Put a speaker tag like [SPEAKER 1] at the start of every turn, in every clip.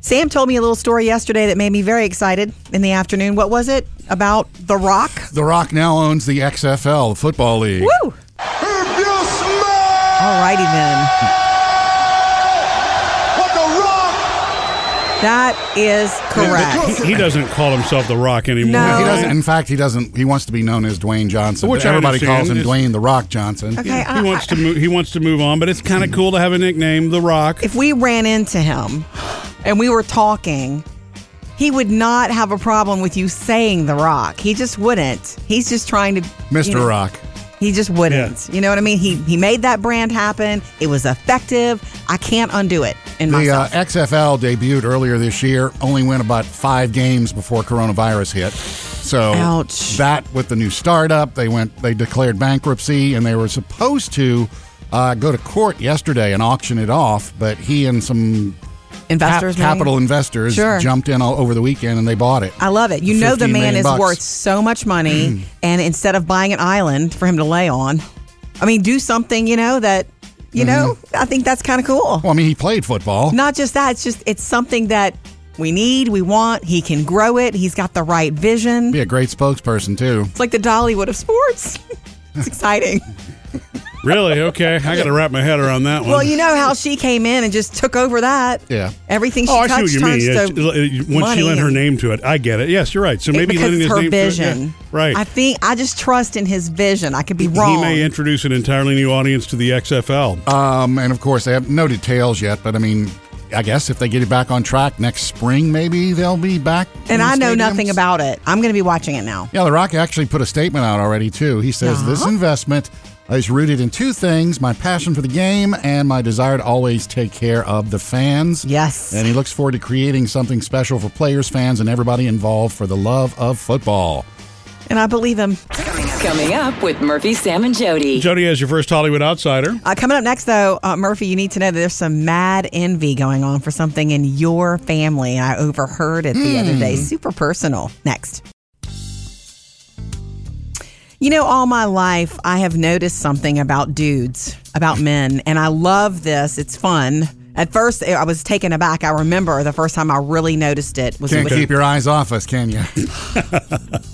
[SPEAKER 1] Sam told me a little story yesterday that made me very excited in the afternoon. What was it? About The Rock?
[SPEAKER 2] The Rock now owns the XFL, the Football League.
[SPEAKER 1] Woo!
[SPEAKER 3] If you smell
[SPEAKER 1] All righty then.
[SPEAKER 3] what the rock,
[SPEAKER 1] That is correct.
[SPEAKER 4] He, he doesn't call himself The Rock anymore.
[SPEAKER 1] No.
[SPEAKER 2] He
[SPEAKER 4] right?
[SPEAKER 2] doesn't. In fact, he doesn't. He wants to be known as Dwayne Johnson.
[SPEAKER 4] Which
[SPEAKER 2] but
[SPEAKER 4] I
[SPEAKER 2] everybody
[SPEAKER 4] understand.
[SPEAKER 2] calls him
[SPEAKER 4] It's-
[SPEAKER 2] Dwayne the Rock Johnson.
[SPEAKER 1] Okay,
[SPEAKER 4] He
[SPEAKER 1] I-
[SPEAKER 4] wants to move. He wants to move on, but it's kind of cool to have a nickname, The Rock.
[SPEAKER 1] if we ran into him and we were talking, he would not have a problem with you saying The Rock. He just wouldn't. He's just trying to
[SPEAKER 2] Mr.
[SPEAKER 1] you know,
[SPEAKER 2] Rock.
[SPEAKER 1] He just wouldn't. You know what I mean? He he made that brand happen. It was effective. I can't undo it in
[SPEAKER 2] The uh,
[SPEAKER 1] myself.
[SPEAKER 2] XFL debuted earlier this year, only went about five games before coronavirus hit. So
[SPEAKER 1] Ouch.
[SPEAKER 2] that with the new startup, they went they declared bankruptcy and they were supposed to uh, go to court yesterday and auction it off, but he and some cap-
[SPEAKER 1] Investors maybe?
[SPEAKER 2] capital investors
[SPEAKER 1] Sure.
[SPEAKER 2] jumped in all over the weekend and they bought it.
[SPEAKER 1] I love it. You know the
[SPEAKER 2] 15
[SPEAKER 1] man
[SPEAKER 2] million
[SPEAKER 1] is
[SPEAKER 2] bucks.
[SPEAKER 1] worth so much
[SPEAKER 4] Mm.
[SPEAKER 1] money, and instead of buying an island for him to lay on, I mean, do something. You know that. You know,
[SPEAKER 4] Mm-hmm.
[SPEAKER 1] I think that's kind of cool.
[SPEAKER 2] Well, I mean, he played football.
[SPEAKER 1] Not just that. It's just it's something that we need. We want. He can grow it. He's got the right vision.
[SPEAKER 2] Be a great spokesperson too.
[SPEAKER 1] It's like the Dollywood of sports. it's exciting.
[SPEAKER 4] Really? Okay, I got to wrap my head around that one.
[SPEAKER 1] Well, you know how she came in and just took over that.
[SPEAKER 2] Yeah.
[SPEAKER 1] Everything she
[SPEAKER 4] Oh, I see what
[SPEAKER 1] touched
[SPEAKER 4] you mean.
[SPEAKER 1] turns
[SPEAKER 4] Yeah,
[SPEAKER 1] to
[SPEAKER 4] it's- uh, Once
[SPEAKER 1] money
[SPEAKER 4] she lent her
[SPEAKER 1] and-
[SPEAKER 4] name to it, I get it. Yes, you're right. So maybe
[SPEAKER 1] because
[SPEAKER 4] lending
[SPEAKER 1] it's
[SPEAKER 4] his
[SPEAKER 1] her
[SPEAKER 4] name
[SPEAKER 1] vision.
[SPEAKER 4] to it. yeah, right.
[SPEAKER 1] I think I just trust in his vision. I could be
[SPEAKER 4] He
[SPEAKER 1] wrong. Uh,
[SPEAKER 4] may introduce an entirely new audience to the XFL.
[SPEAKER 2] Um, and of course, they have no details yet, but I mean, I guess if they get it back on track next spring, maybe they'll be back. in
[SPEAKER 1] and I know
[SPEAKER 2] stadiums.
[SPEAKER 1] nothing about it. I'm going to be watching it now.
[SPEAKER 2] Yeah, The Rock actually put a statement out already, too. He says,
[SPEAKER 1] Uh-huh.
[SPEAKER 2] This investment is rooted in two things my passion for the game and my desire to always take care of the fans.
[SPEAKER 1] Yes.
[SPEAKER 2] And he looks forward to creating something special for players, fans, and everybody involved for the love of football.
[SPEAKER 1] And I believe him.
[SPEAKER 5] Coming up with Murphy, Sam, and Jody.
[SPEAKER 4] Jody has your first Hollywood outsider.
[SPEAKER 1] Uh, coming up next, though, uh, Murphy, you need to know that there's some mad envy going on for something in your family. I overheard it the other
[SPEAKER 2] Hmm.
[SPEAKER 1] day. Super personal. Next. You know, all my life, I have noticed something about dudes, about men, and I love this. It's fun. At first, I was taken aback. I remember the first time I really noticed it was
[SPEAKER 2] Can't
[SPEAKER 1] with
[SPEAKER 2] keep your eyes off us, can you?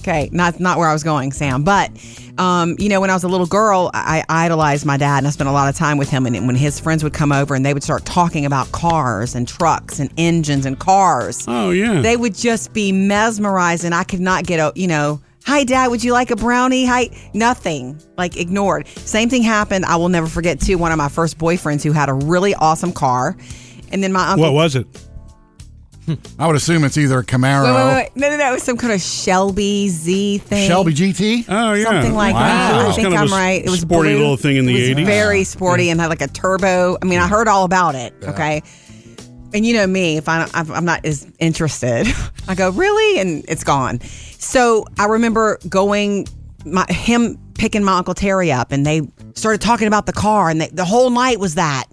[SPEAKER 1] Okay, not not where I was going, Sam. But um, you know, when I was a little girl, I I idolized my dad, and I spent a lot of time with him. And when his friends would come over, and they would start talking about cars and trucks and engines and cars,
[SPEAKER 4] Oh yeah.
[SPEAKER 1] they would just be mesmerized, and I could not get a you know. Hi, Dad. Would you like a brownie? Hi, nothing. Like ignored. Same thing happened. I will never forget too. One of my first boyfriends who had a really awesome car, and then my uncle.
[SPEAKER 4] what was it?
[SPEAKER 2] I would assume it's either a Camaro,
[SPEAKER 1] Wait, wait, wait. No, no, no. It was some kind of Shelby Z thing.
[SPEAKER 2] Shelby GT.
[SPEAKER 4] Oh yeah.
[SPEAKER 1] something like
[SPEAKER 2] Wow.
[SPEAKER 1] that.
[SPEAKER 4] It
[SPEAKER 1] I
[SPEAKER 4] was
[SPEAKER 1] think
[SPEAKER 4] kind of
[SPEAKER 1] I'm
[SPEAKER 4] a
[SPEAKER 1] right. It was
[SPEAKER 4] sporty
[SPEAKER 1] blue.
[SPEAKER 4] little thing in the
[SPEAKER 1] It was
[SPEAKER 4] 80s.
[SPEAKER 1] Very sporty and had like a turbo. I mean, I heard all about it. Okay. And you know me, if I, if I'm not as interested, I go really, and it's gone. So I remember going, my him picking my uncle Terry up, and they started talking about the car, and they, the whole night was that.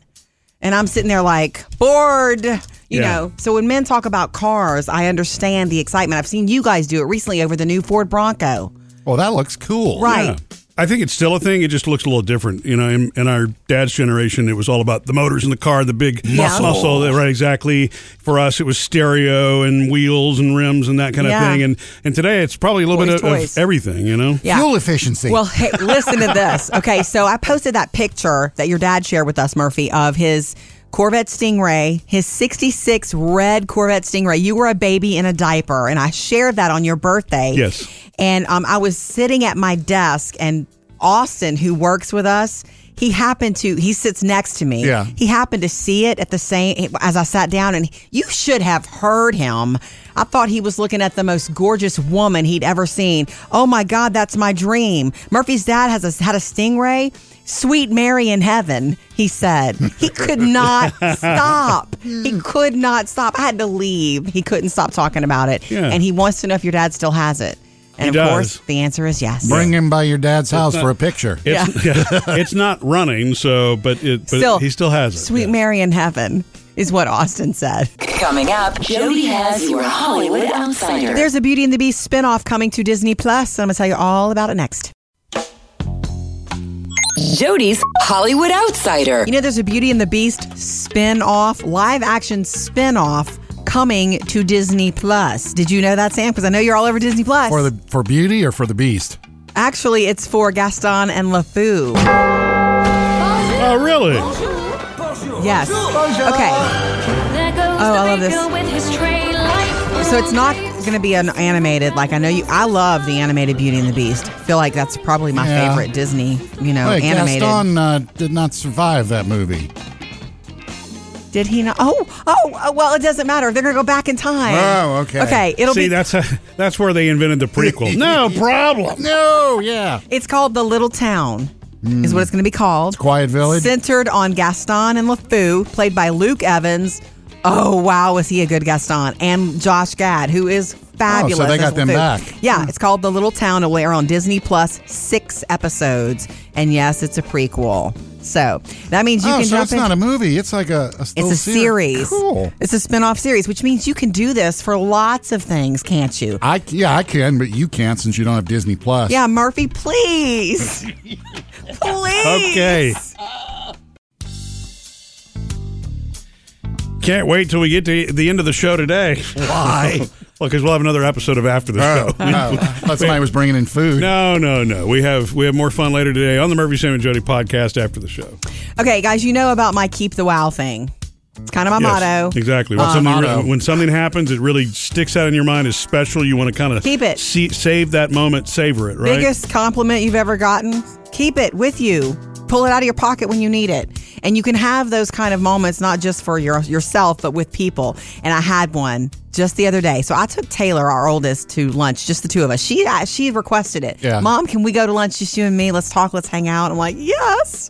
[SPEAKER 1] And I'm sitting there like bored, you
[SPEAKER 4] Yeah.
[SPEAKER 1] know. So when men talk about cars, I understand the excitement. I've seen you guys do it recently over the new Ford Bronco.
[SPEAKER 2] Well, that looks cool.
[SPEAKER 1] Right.
[SPEAKER 4] Yeah. I think it's still a thing. It just looks a little different. You know, in, in our dad's generation, it was all about the motors in the car, the big
[SPEAKER 1] Muscle.
[SPEAKER 4] muscle. Right, exactly. For us, it was stereo and wheels and rims and that kind
[SPEAKER 1] Yeah.
[SPEAKER 4] of thing. And and today, it's probably a little
[SPEAKER 1] Toys,
[SPEAKER 4] bit of,
[SPEAKER 1] toys.
[SPEAKER 4] of everything. You know.
[SPEAKER 1] Yeah.
[SPEAKER 2] Fuel efficiency.
[SPEAKER 1] Well, hey, listen to this. Okay, so I posted that picture that your dad shared with us, Murphy, of his Corvette Stingray, his 66 red Corvette Stingray. You were a baby in a diaper, and I shared that on your birthday.
[SPEAKER 4] Yes.
[SPEAKER 1] And um, I was sitting at my desk, and Austin, who works with us, he happened to, he sits next to me.
[SPEAKER 2] Yeah.
[SPEAKER 1] He happened to see it at the same, as I sat down, and you should have heard him. I thought he was looking at the most gorgeous woman he'd ever seen. Oh my God, that's my dream. Murphy's dad has a, had a stingray. Sweet Mary in heaven, he said. He could not stop. He could not stop. I had to leave. He couldn't stop talking about it.
[SPEAKER 4] Yeah.
[SPEAKER 1] And he wants to know if your dad still has it. And
[SPEAKER 4] He
[SPEAKER 1] of
[SPEAKER 4] does.
[SPEAKER 1] course, the answer is yes.
[SPEAKER 2] Bring him by your dad's house for a picture.
[SPEAKER 4] It's, it's not running, so but it but
[SPEAKER 1] Still,
[SPEAKER 4] he still has it.
[SPEAKER 1] Sweet
[SPEAKER 4] yeah.
[SPEAKER 1] Mary in heaven is what Austin said.
[SPEAKER 5] Coming up, Jody has your Hollywood outsider.
[SPEAKER 1] There's a Beauty and the Beast spinoff coming to Disney Plus, and I'm going to tell you all about it next.
[SPEAKER 5] Jody's Hollywood outsider.
[SPEAKER 1] You know, there's a Beauty and the Beast spin off, live action spin off coming to Disney Plus. Did you know that, Sam? Because I know you're all over Disney Plus.
[SPEAKER 2] For the for beauty or for the beast?
[SPEAKER 1] Actually, it's for Gaston and LeFou.
[SPEAKER 4] Oh, really?
[SPEAKER 1] Oh, Yes. Okay.
[SPEAKER 6] Oh,
[SPEAKER 1] I love this. So it's not going to be an animated. Like I know you, I love the animated Beauty and the Beast. I feel like that's probably my
[SPEAKER 2] Yeah.
[SPEAKER 1] favorite Disney. You know,
[SPEAKER 2] Wait,
[SPEAKER 1] Oh, animated.
[SPEAKER 2] Gaston uh, did not survive that movie.
[SPEAKER 1] Did he not? Oh, oh. oh, Well, it doesn't matter. They're going to go back in time.
[SPEAKER 2] Oh, okay.
[SPEAKER 1] Okay. It'll
[SPEAKER 4] See,
[SPEAKER 1] be.
[SPEAKER 4] that's that's where they invented the prequel. no problem.
[SPEAKER 2] No, yeah.
[SPEAKER 1] it's called The Little Town. Is what it's going to be called.
[SPEAKER 2] Quiet Village.
[SPEAKER 1] Centered on Gaston and LeFou, played by Luke Evans. Oh wow, was he a good Gaston? And Josh Gad, who is fabulous.
[SPEAKER 2] Oh, they got
[SPEAKER 1] as
[SPEAKER 2] them
[SPEAKER 1] LeFou.
[SPEAKER 2] back. Hmm.
[SPEAKER 1] Yeah, it's called The Little Town. It will air on Disney Plus, six episodes, and yes, it's a prequel. So that means you
[SPEAKER 2] oh,
[SPEAKER 1] can
[SPEAKER 2] so
[SPEAKER 1] jump
[SPEAKER 2] it's
[SPEAKER 1] in.
[SPEAKER 2] not a movie. It's like a, a
[SPEAKER 1] it's
[SPEAKER 2] little
[SPEAKER 1] a
[SPEAKER 2] seri-
[SPEAKER 1] series.
[SPEAKER 2] Cool.
[SPEAKER 1] It's a spin-off series, which means you can do this for lots of things, can't you?
[SPEAKER 2] I yeah I can, but you can't since you don't have Disney Plus.
[SPEAKER 1] Yeah, Murphy, please. please.
[SPEAKER 4] Okay. Can't wait till we get to the end of the show today.
[SPEAKER 2] Why?
[SPEAKER 4] Well, because we'll have another episode of after the
[SPEAKER 2] oh,
[SPEAKER 4] show.
[SPEAKER 2] no. That's why I was bringing in food.
[SPEAKER 4] No, no, no. We have we have more fun later today on the Murphy Sam and Jody podcast after the show.
[SPEAKER 1] Okay, guys, you know about my keep the wow thing. It's kind of my
[SPEAKER 4] Yes,
[SPEAKER 1] motto.
[SPEAKER 4] Exactly. When,
[SPEAKER 2] Um,
[SPEAKER 4] something
[SPEAKER 2] Motto.
[SPEAKER 4] when something happens, it really sticks out in your mind as special. You want to kind of
[SPEAKER 1] Keep it.
[SPEAKER 4] See, save that moment, savor it, right?
[SPEAKER 1] Biggest compliment you've ever gotten. Keep it with you. Pull it out of your pocket when you need it. And you can have those kind of moments not just for your, yourself, but with people. And I had one just the other day. So I took Taylor, our oldest, to lunch, just the two of us. She I- she requested it.
[SPEAKER 2] Yeah.
[SPEAKER 1] Mom, can we go to lunch just you and me? Let's talk, let's hang out. I'm like, yes.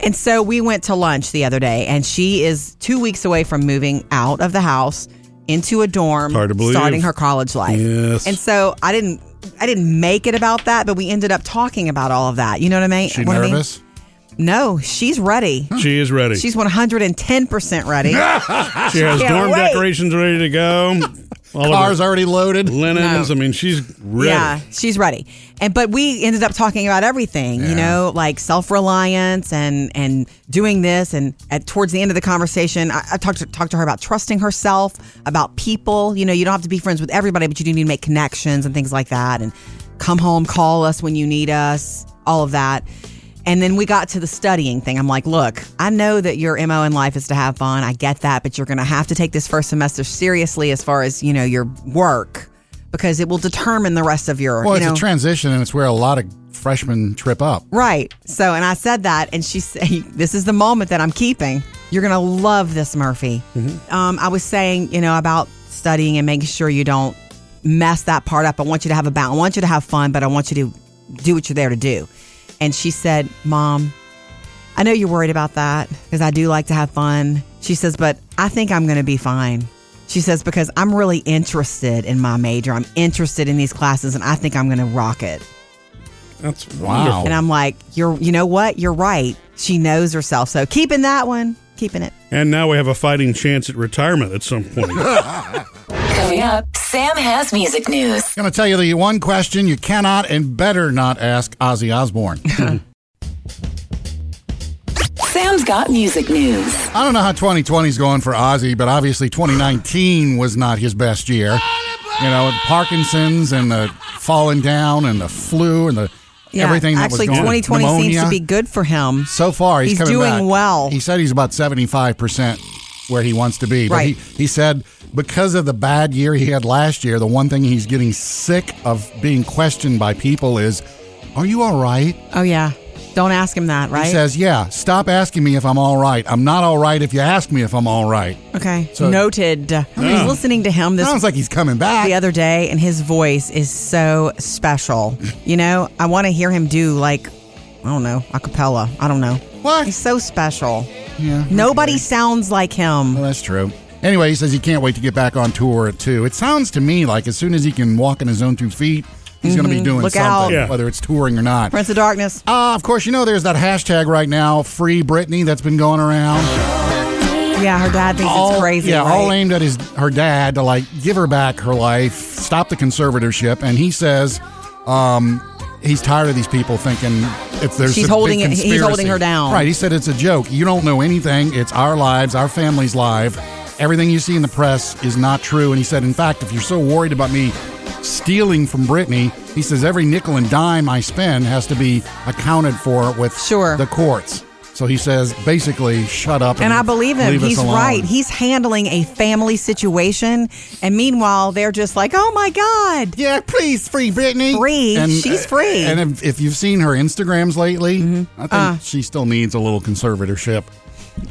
[SPEAKER 1] And so we went to lunch the other day, and she is two weeks away from moving out of the house into a dorm,
[SPEAKER 4] Hard to believe.
[SPEAKER 1] starting her college life.
[SPEAKER 4] Yes.
[SPEAKER 1] And so I didn't, I didn't make it about that, but we ended up talking about all of that. You know what I mean?
[SPEAKER 2] She
[SPEAKER 1] what I mean?
[SPEAKER 2] nervous?
[SPEAKER 1] No, she's ready.
[SPEAKER 4] She is ready.
[SPEAKER 1] She's one hundred and ten percent ready.
[SPEAKER 4] she has
[SPEAKER 1] Can't
[SPEAKER 4] dorm
[SPEAKER 1] wait.
[SPEAKER 4] decorations ready to go. All of her
[SPEAKER 2] Cars already loaded.
[SPEAKER 4] linens. I mean, she's ready.
[SPEAKER 1] Yeah, she's ready. And but we ended up talking about everything, you know, like self reliance and and doing this. And at towards the end of the conversation, I, I talked to, talked to her about trusting herself, about people. You know, you don't have to be friends with everybody, but you do need to make connections and things like that. And come home, call us when you need us, all of that. And then we got to the studying thing. I'm like, look, I know that your MO in life is to have fun. I get that, but you're going to have to take this first semester seriously as far as, you know, your work because it will determine the rest of your,
[SPEAKER 2] Well,
[SPEAKER 1] you
[SPEAKER 2] it's
[SPEAKER 1] know.
[SPEAKER 2] a transition, and it's where a lot of freshmen trip up.
[SPEAKER 1] right. So, and I said that and she said, this is the moment that I'm keeping. You're going to love this, Murphy. Um, I was saying, you know, about studying and making sure you don't mess that part up. I want you to have a balance. I want you to have fun, but I want you to do what you're there to do. And she said, Mom, I know you're worried about that because I do like to have fun. She says, but I think I'm going to be fine. She says, because I'm really interested in my major. I'm interested in these classes and I think I'm going to rock it.
[SPEAKER 4] That's
[SPEAKER 2] Wow.
[SPEAKER 1] And I'm like, you're, you know what? You're right. She knows herself. So keeping that one, keeping it.
[SPEAKER 4] And now we have a fighting chance at retirement at some point.
[SPEAKER 5] Coming up, Sam has music news.
[SPEAKER 2] Going to tell you the one question you cannot and better not ask Ozzy Osbourne.
[SPEAKER 5] Sam's got music news.
[SPEAKER 2] I don't know how 2020 is going for Ozzy, but obviously 2019 was not his best year. You know, with Parkinson's and the falling down and the flu and the everything that
[SPEAKER 1] Actually,
[SPEAKER 2] was going
[SPEAKER 1] 2020 seems to
[SPEAKER 2] pneumonia.
[SPEAKER 1] be good for him.
[SPEAKER 2] So far, he's,
[SPEAKER 1] He's
[SPEAKER 2] coming
[SPEAKER 1] doing
[SPEAKER 2] back.
[SPEAKER 1] well.
[SPEAKER 2] He said he's about 75% where he wants to be. But
[SPEAKER 1] Right.
[SPEAKER 2] he, he said because of the bad year he had last year, the one thing he's getting sick of being questioned by people is, Are you all right?
[SPEAKER 1] Oh, yeah. Don't ask him that, right?
[SPEAKER 2] He says, Yeah, stop asking me if I'm all right. I'm not all right if you ask me if I'm all right.
[SPEAKER 1] okay.
[SPEAKER 2] So-
[SPEAKER 1] Noted. I was listening to him this
[SPEAKER 2] Sounds like he's coming back.
[SPEAKER 1] the other day, and his voice is so special. You know, I want to hear him do like, I don't know, a cappella. I don't know.
[SPEAKER 2] What?
[SPEAKER 1] He's so special. Yeah. Nobody sounds like him.
[SPEAKER 2] Well, that's true. Anyway, he says he can't wait to get back on tour at two. It sounds to me like as soon as he can walk on his own two feet, he's going to be doing
[SPEAKER 1] Mm-hmm. Look out.
[SPEAKER 2] something,
[SPEAKER 4] Yeah.
[SPEAKER 2] whether it's touring or not.
[SPEAKER 1] Prince of Darkness.
[SPEAKER 2] Uh, of course, you know there's that hashtag right now, Free Britney, that's been going around.
[SPEAKER 1] Yeah, her dad thinks it's crazy.
[SPEAKER 2] yeah,
[SPEAKER 1] right?
[SPEAKER 2] all aimed at his her dad to like give her back her life, stop the conservatorship, and he says, um, he's tired of these people thinking if there's
[SPEAKER 1] She's
[SPEAKER 2] a big
[SPEAKER 1] holding it- he's
[SPEAKER 2] conspiracy.
[SPEAKER 1] holding her down.
[SPEAKER 2] Right, he said it's a joke. You don't know anything. It's our lives, our family's life, everything you see in the press is not true. And he said, in fact, if you're so worried about me stealing from Britney, he says every nickel and dime I spend has to be accounted for with
[SPEAKER 1] Sure.
[SPEAKER 2] the courts. So he says, basically, shut up.
[SPEAKER 1] And I believe him.
[SPEAKER 2] leave us
[SPEAKER 1] He's
[SPEAKER 2] alone.
[SPEAKER 1] right. He's handling a family situation. And meanwhile, they're just like, oh my God.
[SPEAKER 2] Yeah, please free Britney.
[SPEAKER 1] Free. She's free. Mm-hmm. Uh.
[SPEAKER 2] And if, if you've seen her Instagrams lately, I think she still needs a little conservatorship.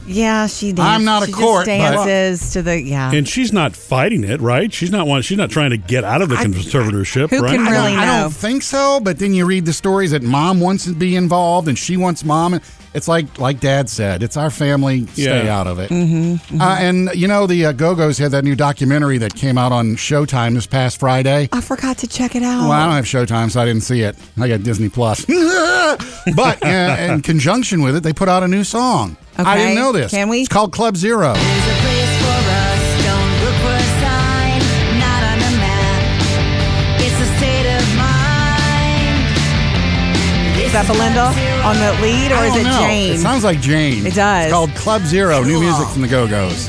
[SPEAKER 1] Yeah, she dances.
[SPEAKER 2] I'm not a
[SPEAKER 1] she
[SPEAKER 2] court,
[SPEAKER 1] Just
[SPEAKER 2] but-
[SPEAKER 1] dances to the, yeah.
[SPEAKER 4] And she's not fighting it, right? She's not one. She's not trying to get out of the
[SPEAKER 1] I-
[SPEAKER 4] conservatorship,
[SPEAKER 1] who
[SPEAKER 4] right?
[SPEAKER 1] can
[SPEAKER 2] I don't-
[SPEAKER 1] really
[SPEAKER 2] I
[SPEAKER 1] know.
[SPEAKER 2] don't think so. But then you read the stories that mom wants to be involved and she wants mom. It's like like Dad said, it's our family. Stay
[SPEAKER 4] Yeah.
[SPEAKER 2] out of it. Mm-hmm, Uh, and you know the uh, Go Go's had that new documentary that came out on Showtime this past Friday.
[SPEAKER 1] I forgot to check it out.
[SPEAKER 2] Well, I don't have Showtime, so I didn't see it. I got Disney Plus. but uh, in conjunction with it, they put out a new song. I
[SPEAKER 1] Okay.
[SPEAKER 2] didn't know this.
[SPEAKER 1] Can we?
[SPEAKER 2] It's called Club Zero.
[SPEAKER 6] There's a place for us. Don't look for a sign, not on a map. It's a state of mind.
[SPEAKER 1] Is that Belinda on the lead or
[SPEAKER 2] I
[SPEAKER 1] is
[SPEAKER 2] don't
[SPEAKER 1] it
[SPEAKER 2] know.
[SPEAKER 1] Jane?
[SPEAKER 2] It sounds like Jane.
[SPEAKER 1] It does.
[SPEAKER 2] It's called Club Zero, new music from the Go Go's.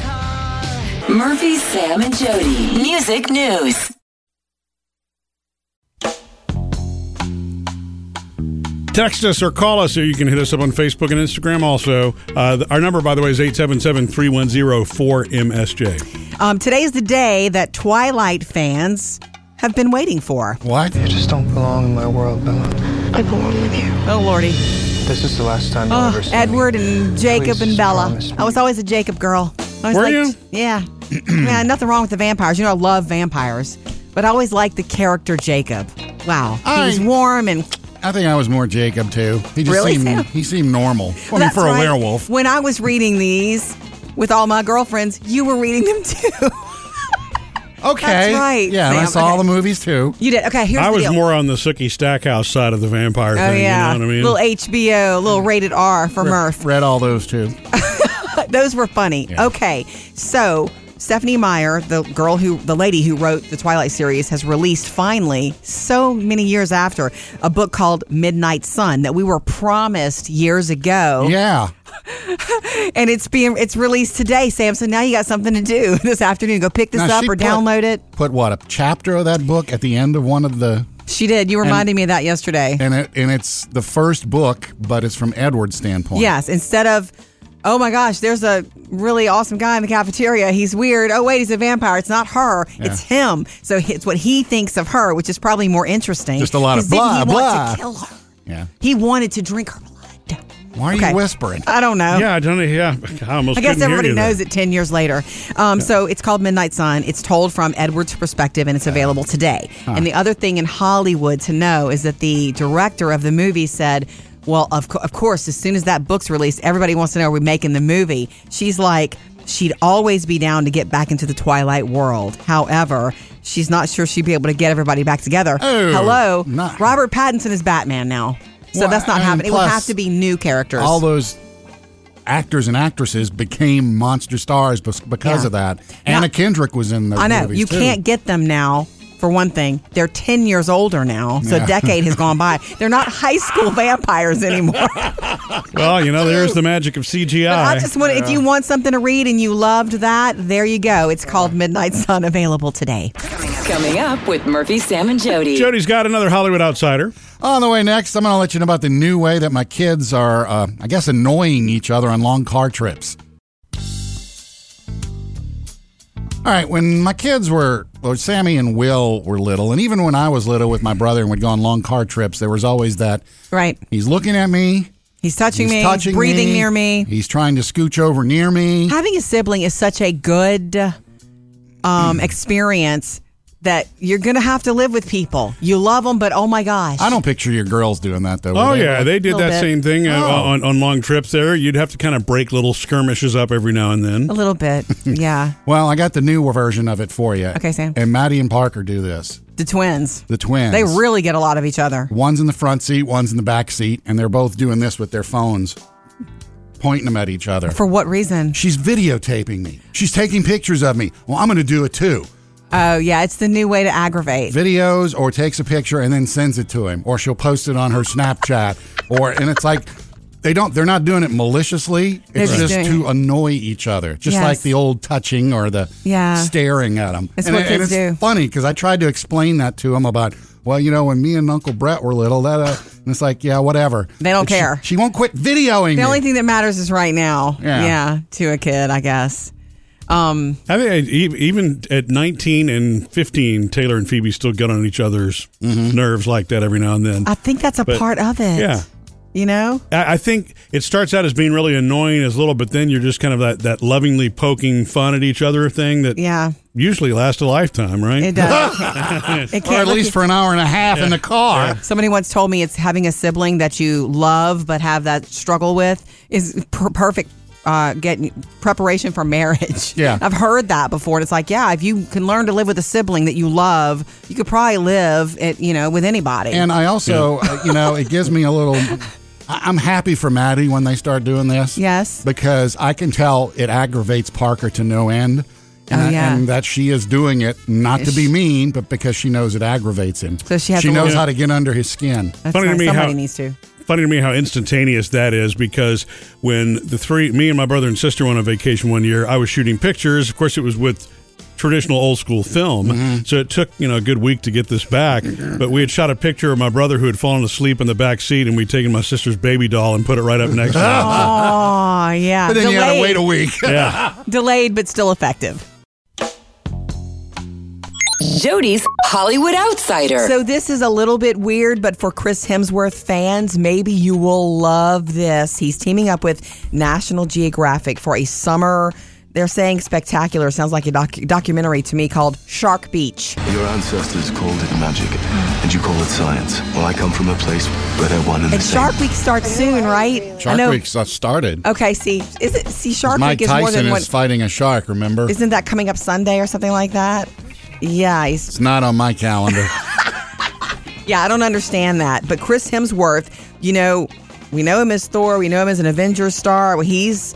[SPEAKER 5] Murphy, Sam, and Jody. Music news.
[SPEAKER 4] Text us or call us, or you can hit us up on Facebook and Instagram also. Uh, th- our number, by the way, is 877 310 4MSJ.
[SPEAKER 1] um, today is the day that Twilight fans have been waiting for.
[SPEAKER 2] What?
[SPEAKER 7] You just don't belong in my world, Bella.
[SPEAKER 8] I belong with you.
[SPEAKER 1] Oh, Lordy.
[SPEAKER 7] This is the last time you'll
[SPEAKER 1] Oh,
[SPEAKER 7] ever see
[SPEAKER 1] Edward
[SPEAKER 7] me.
[SPEAKER 1] and Jacob
[SPEAKER 7] Please
[SPEAKER 1] and Bella.
[SPEAKER 7] promise me.
[SPEAKER 1] I was always a Jacob girl. I was
[SPEAKER 4] Were
[SPEAKER 1] like,
[SPEAKER 4] you?
[SPEAKER 1] Yeah. yeah, nothing wrong with the vampires. You know, I love vampires, but I always liked the character Jacob. Wow.
[SPEAKER 2] I-
[SPEAKER 1] He was warm and
[SPEAKER 2] I think I was more Jacob too. He just
[SPEAKER 1] Really, Sam?
[SPEAKER 2] seemed he seemed normal. Well, I mean,
[SPEAKER 1] That's
[SPEAKER 2] for a
[SPEAKER 1] right.
[SPEAKER 2] werewolf.
[SPEAKER 1] When I was reading these with all my girlfriends, you were reading them too.
[SPEAKER 2] Okay.
[SPEAKER 1] That's right,
[SPEAKER 2] Yeah, and I
[SPEAKER 1] Sam.
[SPEAKER 2] saw all
[SPEAKER 1] Okay.
[SPEAKER 2] the movies too.
[SPEAKER 1] you did. Okay, here's
[SPEAKER 4] I
[SPEAKER 1] the
[SPEAKER 4] was
[SPEAKER 1] deal.
[SPEAKER 4] more on the Sookie Stackhouse side of the vampire
[SPEAKER 1] Oh
[SPEAKER 4] thing.
[SPEAKER 1] yeah,
[SPEAKER 4] You know what I mean?
[SPEAKER 1] little HBO, little rated R for Murph.
[SPEAKER 2] Read all those too.
[SPEAKER 1] Those were funny. Okay, so Stephanie Meyer, the girl who, the lady who wrote the Twilight series, has released finally, so many years after, a book called Midnight Sun that we were promised years ago,
[SPEAKER 2] Yeah.
[SPEAKER 1] and it's being it's released today, Sam. So now you got something to do this afternoon. Go pick this
[SPEAKER 2] Now,
[SPEAKER 1] up
[SPEAKER 2] she
[SPEAKER 1] or
[SPEAKER 2] put-
[SPEAKER 1] download it.
[SPEAKER 2] Put what a chapter of that book at the end of one of the
[SPEAKER 1] She did. You reminded me of that yesterday.
[SPEAKER 2] and it and it's the first book, but it's from Edward's standpoint.
[SPEAKER 1] Yes, instead of, oh my gosh, there's a really awesome guy in the cafeteria. He's weird. Oh, wait, he's a vampire. It's not her, it's him. So it's what he thinks of her, which is probably more interesting.
[SPEAKER 2] Just a lot of
[SPEAKER 1] 'Cause didn't he
[SPEAKER 2] blah,
[SPEAKER 1] want to
[SPEAKER 2] blah.
[SPEAKER 1] kill her.
[SPEAKER 2] Yeah.
[SPEAKER 1] He wanted to drink her blood.
[SPEAKER 2] Why are
[SPEAKER 1] Okay.
[SPEAKER 2] you whispering?
[SPEAKER 1] I don't know.
[SPEAKER 4] yeah, I don't know. Yeah, I almost
[SPEAKER 1] I guess
[SPEAKER 4] couldn't hear
[SPEAKER 1] everybody
[SPEAKER 4] you there.
[SPEAKER 1] knows it 10 years later. Um, So it's called Midnight Sun. It's told from Edward's perspective and it's available today. And the other thing in Hollywood to know is that the director of the movie said, Well, of, co- of course, as soon as that book's released, everybody wants to know we're making the movie. She's like, She'd always be down to get back into the Twilight world. However, she's not sure she'd be able to get everybody back together.
[SPEAKER 2] Oh,
[SPEAKER 1] Hello.
[SPEAKER 2] not-
[SPEAKER 1] Robert Pattinson is Batman now. So
[SPEAKER 2] Well,
[SPEAKER 1] that's not
[SPEAKER 2] and
[SPEAKER 1] happening. It would
[SPEAKER 2] plus,
[SPEAKER 1] have to be new characters.
[SPEAKER 2] All those actors and actresses became monster stars bes- because
[SPEAKER 1] Yeah.
[SPEAKER 2] of that. Anna Kendrick was in those
[SPEAKER 1] I know.
[SPEAKER 2] movies,
[SPEAKER 1] You
[SPEAKER 2] too.
[SPEAKER 1] can't get them now. For one thing, they're 10 years older now, so
[SPEAKER 2] Yeah.
[SPEAKER 1] a decade has gone by. They're not high school vampires anymore.
[SPEAKER 4] Well, you know, there's the magic of CGI.
[SPEAKER 1] I just want, if you want something to read and you loved that, there you go. It's called Midnight Sun, available today.
[SPEAKER 5] Coming up with Murphy, Sam, and Jody.
[SPEAKER 4] Jody's got another Hollywood outsider.
[SPEAKER 2] Oh, On the way next, I'm going to let you know about the new way that my kids are, uh, I guess, annoying each other on long car trips. All right, when my kids were, or Sammy and Will were little, and even when I was little with my brother and we'd go on long car trips, there was always that
[SPEAKER 1] Right.
[SPEAKER 2] he's looking at me,
[SPEAKER 1] He's touching
[SPEAKER 2] he's
[SPEAKER 1] me,
[SPEAKER 2] touching
[SPEAKER 1] breathing
[SPEAKER 2] me,
[SPEAKER 1] near me.
[SPEAKER 2] he's trying to scooch over near me.
[SPEAKER 1] Having a sibling is such a good
[SPEAKER 2] Hmm.
[SPEAKER 1] um, experience that you're going to have to live with people. You love them, but oh my gosh.
[SPEAKER 2] I don't picture your girls doing that though.
[SPEAKER 4] Oh
[SPEAKER 2] Would they?
[SPEAKER 4] yeah, they did
[SPEAKER 1] Little
[SPEAKER 4] that
[SPEAKER 1] bit.
[SPEAKER 4] same thing uh,
[SPEAKER 2] Oh.
[SPEAKER 4] on on long trips. There, you'd have to kind of break little skirmishes up every now and then.
[SPEAKER 1] A little bit. Yeah.
[SPEAKER 2] Well, I got the new version of it for you.
[SPEAKER 1] Okay, Sam.
[SPEAKER 2] And Maddie and Parker do this.
[SPEAKER 1] The twins.
[SPEAKER 2] The twins.
[SPEAKER 1] They really get a lot of each other.
[SPEAKER 2] One's in the front seat, one's in the back seat, and they're both doing this with their phones, pointing them at each other.
[SPEAKER 1] For what reason?
[SPEAKER 2] She's videotaping me. She's taking pictures of me. Well, I'm going to do it too.
[SPEAKER 1] Oh, yeah. It's the new way to aggravate.
[SPEAKER 2] Videos or takes a picture and then sends it to him, or she'll post it on her Snapchat, or and it's like, they don't they're not doing it maliciously.
[SPEAKER 1] They're
[SPEAKER 2] It's
[SPEAKER 1] just
[SPEAKER 2] just,
[SPEAKER 1] doing
[SPEAKER 2] to annoy each other, just
[SPEAKER 1] Yes.
[SPEAKER 2] like the old touching or the
[SPEAKER 1] Yeah.
[SPEAKER 2] staring at them.
[SPEAKER 1] It's
[SPEAKER 2] and,
[SPEAKER 1] what
[SPEAKER 2] it- and
[SPEAKER 1] kids
[SPEAKER 2] it's
[SPEAKER 1] do.
[SPEAKER 2] funny because I tried to explain that to him about. Well, you know, when me and Uncle Brett were little, that uh, and it's like, yeah, whatever.
[SPEAKER 1] They don't
[SPEAKER 2] But she-
[SPEAKER 1] care.
[SPEAKER 2] She, won't quit videoing.
[SPEAKER 1] The
[SPEAKER 2] me.
[SPEAKER 1] only thing that matters is right now.
[SPEAKER 2] Yeah.
[SPEAKER 1] to a kid, I guess. Um,
[SPEAKER 4] I think I- e- even at 19 and 15, Taylor and Phoebe still get on each other's nerves like that every now and then.
[SPEAKER 1] Mm-hmm. I think that's a
[SPEAKER 4] But-
[SPEAKER 1] part of it.
[SPEAKER 4] yeah.
[SPEAKER 1] You know?
[SPEAKER 4] I I think it starts out as being really annoying as little, but then you're just kind of that, that lovingly poking fun at each other thing that
[SPEAKER 1] Yeah.
[SPEAKER 4] usually lasts a lifetime, right?
[SPEAKER 1] It does. It can't, it
[SPEAKER 2] or
[SPEAKER 1] can't
[SPEAKER 2] at
[SPEAKER 1] look
[SPEAKER 2] least
[SPEAKER 1] at-
[SPEAKER 2] for an hour and a half in the car.
[SPEAKER 1] Somebody once told me it's having a sibling that you love but have that struggle with is per- perfect uh, getting preparation for marriage.
[SPEAKER 2] Yeah.
[SPEAKER 1] I've heard that before. And it's like, yeah, if you can learn to live with a sibling that you love, you could probably live it, you know, with anybody.
[SPEAKER 2] And I also, uh, you know, it gives me a little. I- I'm happy for Maddie when they start doing this.
[SPEAKER 1] Yes.
[SPEAKER 2] Because I can tell it aggravates Parker to no end. And,
[SPEAKER 1] Oh,
[SPEAKER 2] I-
[SPEAKER 1] yeah.
[SPEAKER 2] and that she is doing it not to be mean, but because she knows it aggravates him.
[SPEAKER 1] So she has a
[SPEAKER 2] knows
[SPEAKER 1] little- Uh,
[SPEAKER 2] how to get under his skin.
[SPEAKER 1] That's
[SPEAKER 4] Funny to
[SPEAKER 1] nice.
[SPEAKER 4] me how-
[SPEAKER 1] somebody needs to.
[SPEAKER 4] funny to me how instantaneous that is because when the three me and my brother and sister went on vacation one year i was shooting pictures of course it was with traditional old school film so it took you know a good week to get this back but we had shot a picture of my brother who had fallen asleep in the back seat and we'd taken my sister's baby doll and put it right up next to him
[SPEAKER 1] Oh, yeah.
[SPEAKER 2] But then
[SPEAKER 1] delayed,
[SPEAKER 2] you got to wait a week.
[SPEAKER 1] delayed but still effective.
[SPEAKER 5] Jody's Hollywood Outsider.
[SPEAKER 1] So this is a little bit weird, but for Chris Hemsworth fans, maybe you will love this. He's teaming up with National Geographic for a summer. They're saying spectacular. Sounds like a doc- documentary to me called Shark Beach.
[SPEAKER 8] Your ancestors called it magic, and you call it science. Well, I come from a place where they're one and the
[SPEAKER 1] And
[SPEAKER 8] same.
[SPEAKER 1] Shark Week starts soon, right? I
[SPEAKER 2] Shark
[SPEAKER 1] know-
[SPEAKER 2] Week's uh, started.
[SPEAKER 1] Okay, see, is it see Shark
[SPEAKER 2] Mike
[SPEAKER 1] Week is more
[SPEAKER 2] Tyson
[SPEAKER 1] than
[SPEAKER 2] is
[SPEAKER 1] one?
[SPEAKER 2] fighting a shark, remember?
[SPEAKER 1] Isn't that coming up Sunday or something like that? Yeah, he's
[SPEAKER 2] It's not on my calendar.
[SPEAKER 1] Yeah, I don't understand that. But Chris Hemsworth, you know, we know him as Thor, we know him as an Avengers star. He's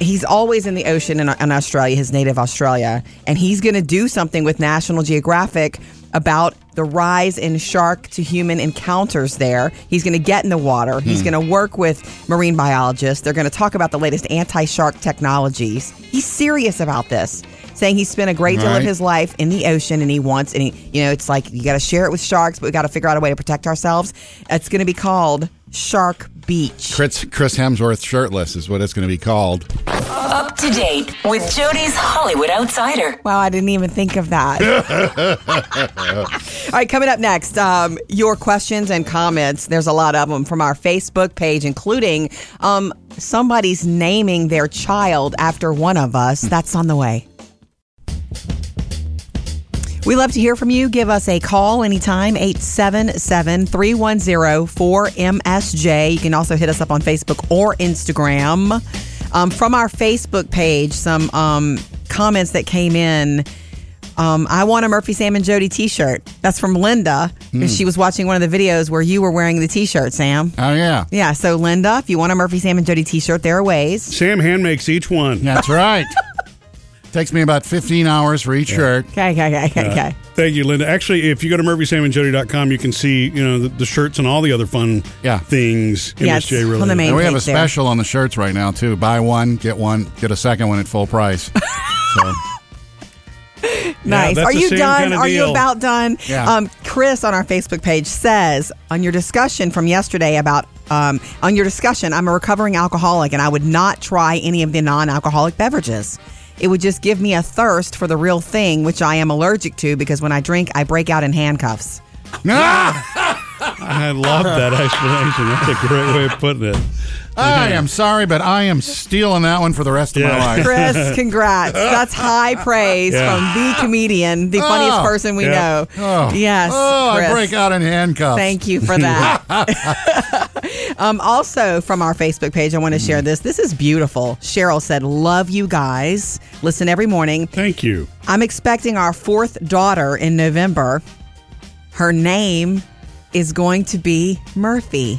[SPEAKER 1] he's always in the ocean in, in Australia, his native Australia, and he's going to do something with National Geographic about the rise in shark to human encounters there. He's going to get in the water. He's going to work with marine biologists. They're going to talk about the latest anti-shark technologies. He's serious about this, saying he spent a great deal of
[SPEAKER 2] Right.
[SPEAKER 1] his life in the ocean and he wants and he you know it's like you got to share it with sharks but we got to figure out a way to protect ourselves it's going to be called shark beach
[SPEAKER 2] Chris, Chris Hemsworth shirtless is what it's going to be called.
[SPEAKER 5] Up to date with Jody's Hollywood Outsider.
[SPEAKER 1] wow i didn't even think of that all right coming up next um, your questions and comments there's a lot of them from our facebook page including um, somebody's naming their child after one of us that's on the way We love to hear from you. Give us a call anytime, 877 310 4MSJ. You can also hit us up on Facebook or Instagram. Um, from our Facebook page, some um, comments that came in. Um, I want a Murphy, Sam, and Jody t shirt. That's from Linda. 'cause She was watching one of the videos where you were wearing the t shirt, Sam.
[SPEAKER 2] Oh, yeah.
[SPEAKER 1] Yeah, so Linda, if you want a Murphy, Sam, and Jody t shirt, there are ways.
[SPEAKER 4] sam hand makes each one
[SPEAKER 2] That's right. Takes me about 15 hours for each shirt.
[SPEAKER 1] Okay, okay, okay, okay. okay.
[SPEAKER 4] Thank you, Linda. Actually, if you go to murphysamandjody.com, you can see, you know, the, the shirts and all the other fun
[SPEAKER 2] Yeah.
[SPEAKER 4] things.
[SPEAKER 1] Yeah,
[SPEAKER 4] MSJ
[SPEAKER 1] it's on
[SPEAKER 4] really.
[SPEAKER 1] the main
[SPEAKER 2] And we have a
[SPEAKER 1] page there.
[SPEAKER 2] special on the shirts right now too. Buy one, get one, get a second one at full price. so,
[SPEAKER 1] Nice.
[SPEAKER 4] that's
[SPEAKER 1] Are
[SPEAKER 4] the
[SPEAKER 1] you
[SPEAKER 4] same
[SPEAKER 1] done?
[SPEAKER 4] kinda
[SPEAKER 1] Are you
[SPEAKER 4] deal.
[SPEAKER 1] about done?
[SPEAKER 2] Yeah.
[SPEAKER 1] Um, Chris on our Facebook page says on your discussion from yesterday about um, on your discussion, I'm a recovering alcoholic and I would not try any of the non-alcoholic beverages. It would just give me a thirst for the real thing, which I am allergic to because when I drink, I break out in handcuffs.
[SPEAKER 2] Ah!
[SPEAKER 4] I love that explanation. That's a great way of putting it.
[SPEAKER 2] I am sorry, but I am stealing that one for the rest of my
[SPEAKER 4] Yeah.
[SPEAKER 2] life.
[SPEAKER 1] Chris, congrats. That's high praise
[SPEAKER 4] Yeah.
[SPEAKER 1] from the comedian, the funniest
[SPEAKER 2] Oh.
[SPEAKER 1] person we
[SPEAKER 4] Yeah.
[SPEAKER 1] know. Yes.
[SPEAKER 2] Oh,
[SPEAKER 1] Chris.
[SPEAKER 2] I break out in handcuffs.
[SPEAKER 1] Thank you for that. um, also, from our Facebook page, I want to share this. This is beautiful. Cheryl said, Love you guys. Listen every morning.
[SPEAKER 4] Thank you.
[SPEAKER 1] I'm expecting our fourth daughter in November. Her name is going to be Murphy.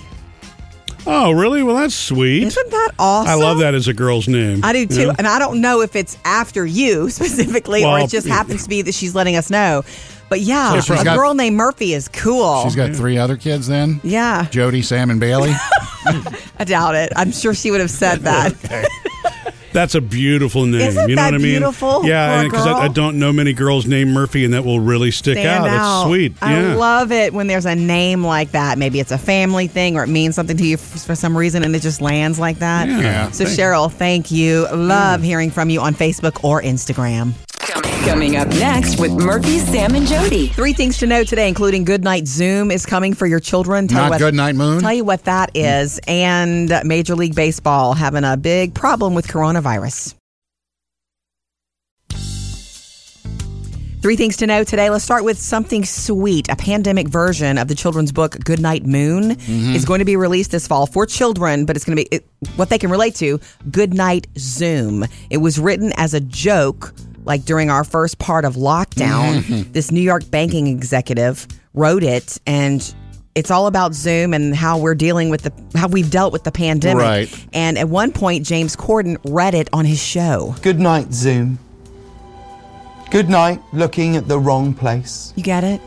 [SPEAKER 4] Oh, really? Well, that's sweet.
[SPEAKER 1] Isn't that awesome?
[SPEAKER 4] I love that as a girl's name.
[SPEAKER 1] I do too. And I don't know if it's after you specifically or
[SPEAKER 4] Well,
[SPEAKER 1] it just happens to be that she's letting us know. But yeah,
[SPEAKER 2] So she's
[SPEAKER 1] a
[SPEAKER 2] got-
[SPEAKER 1] girl named Murphy is cool.
[SPEAKER 2] She's got three other kids then.
[SPEAKER 1] yeah.
[SPEAKER 2] Jody, Sam, and Bailey.
[SPEAKER 1] I doubt it. I'm sure she would have said that.
[SPEAKER 4] That's a beautiful name.
[SPEAKER 1] Isn't
[SPEAKER 4] you know
[SPEAKER 1] that
[SPEAKER 4] what I mean?
[SPEAKER 1] beautiful for
[SPEAKER 4] Yeah,
[SPEAKER 1] a
[SPEAKER 4] because I,
[SPEAKER 1] girl?
[SPEAKER 4] I don't know many girls named Murphy, and that will really stick
[SPEAKER 1] Stand
[SPEAKER 4] out. It's sweet.
[SPEAKER 1] I
[SPEAKER 4] yeah.
[SPEAKER 1] love it when there's a name like that. Maybe it's a family thing or it means something to you f- for some reason and it just lands like that.
[SPEAKER 4] Yeah,
[SPEAKER 1] So,
[SPEAKER 4] thank- Mm.
[SPEAKER 1] Cheryl, thank you. Love hearing from you on Facebook or Instagram.
[SPEAKER 5] Coming up next with Murphy, Sam, and Jody.
[SPEAKER 1] Three things to know today, including Good Night Zoom is coming for your children. you
[SPEAKER 2] Not
[SPEAKER 1] what-
[SPEAKER 2] Good Night Moon?
[SPEAKER 1] Tell you what that
[SPEAKER 4] Mm.
[SPEAKER 1] is. And Major League Baseball having a big problem with coronavirus. Three things to know today. Let's start with something sweet. A pandemic version of the children's book Good Night Moon is going to be released this fall for children, but it's going to be it, what they can relate to Good Night Zoom. It was written as a joke, like during our first part of lockdown. This New York banking executive wrote it and it's all about Zoom and how we're dealing with the how we've dealt with the pandemic.
[SPEAKER 2] Right.
[SPEAKER 1] And at one point James Corden read it on his show.
[SPEAKER 9] Good night, Zoom. Good night, looking at the wrong place.
[SPEAKER 1] You get it?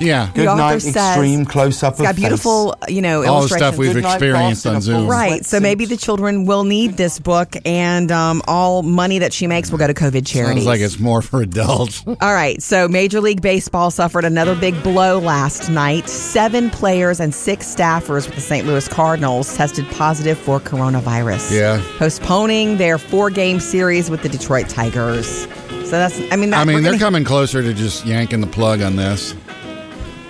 [SPEAKER 2] Yeah.
[SPEAKER 9] Good
[SPEAKER 1] author
[SPEAKER 9] night,
[SPEAKER 1] says-
[SPEAKER 9] extreme close up
[SPEAKER 1] It's
[SPEAKER 9] of
[SPEAKER 1] got beautiful, you know,
[SPEAKER 2] All the
[SPEAKER 1] illustrations.
[SPEAKER 2] stuff we've
[SPEAKER 9] Good night,
[SPEAKER 2] experienced
[SPEAKER 9] Boston,
[SPEAKER 2] on
[SPEAKER 9] of course.
[SPEAKER 2] Zoom.
[SPEAKER 1] Right. So
[SPEAKER 9] Sweatsuits.
[SPEAKER 1] maybe the children will need this book, and um, all money that she makes will go to COVID charities.
[SPEAKER 2] Sounds like it's more for adults.
[SPEAKER 1] All right. So Major League Baseball suffered another big blow last night. Seven players and six staffers with the St. Louis Cardinals tested positive for coronavirus.
[SPEAKER 2] Yeah.
[SPEAKER 1] Postponing their four game series with the Detroit Tigers. So that's, I mean, that,
[SPEAKER 2] I
[SPEAKER 1] we're
[SPEAKER 2] mean, they're
[SPEAKER 1] gonna-
[SPEAKER 2] coming closer to just yanking the plug on this.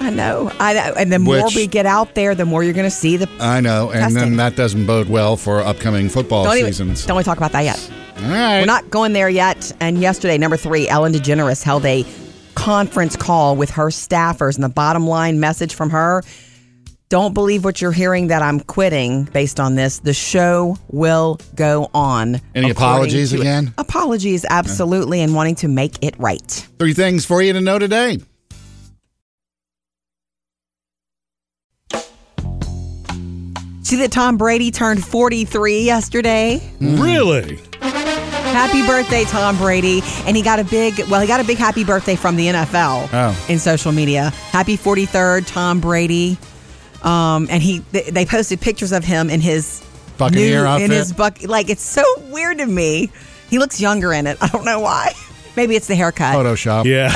[SPEAKER 1] I know. I know. And the more
[SPEAKER 2] Which-
[SPEAKER 1] we get out there, the more you're going to see the.
[SPEAKER 2] I know, and
[SPEAKER 1] Testing.
[SPEAKER 2] then that doesn't bode well for upcoming football
[SPEAKER 1] Don't even,
[SPEAKER 2] seasons.
[SPEAKER 1] don't we talk about that yet?
[SPEAKER 2] All right.
[SPEAKER 1] We're not going there yet. And yesterday, number three, Ellen DeGeneres held a conference call with her staffers. And the bottom line message from her don't believe what you're hearing that I'm quitting based on this. The show will go on. according
[SPEAKER 2] Any apologies again?
[SPEAKER 1] Apologies, absolutely, and wanting to make it right.
[SPEAKER 2] Three things for you to know today.
[SPEAKER 1] See that Tom Brady turned 43 yesterday?
[SPEAKER 4] Really?
[SPEAKER 1] Happy birthday, Tom Brady. And he got a big, well, he got a big happy birthday from the NFL
[SPEAKER 2] Oh.
[SPEAKER 1] in social media. Happy 43rd, Tom Brady. Um, and he, they, they posted pictures of him in his
[SPEAKER 2] Buccaneer
[SPEAKER 1] new,
[SPEAKER 2] outfit.
[SPEAKER 1] in his buck. Like it's so weird to me. He looks younger in it. I don't know why. Maybe it's the haircut.
[SPEAKER 2] Photoshop.
[SPEAKER 4] Yeah.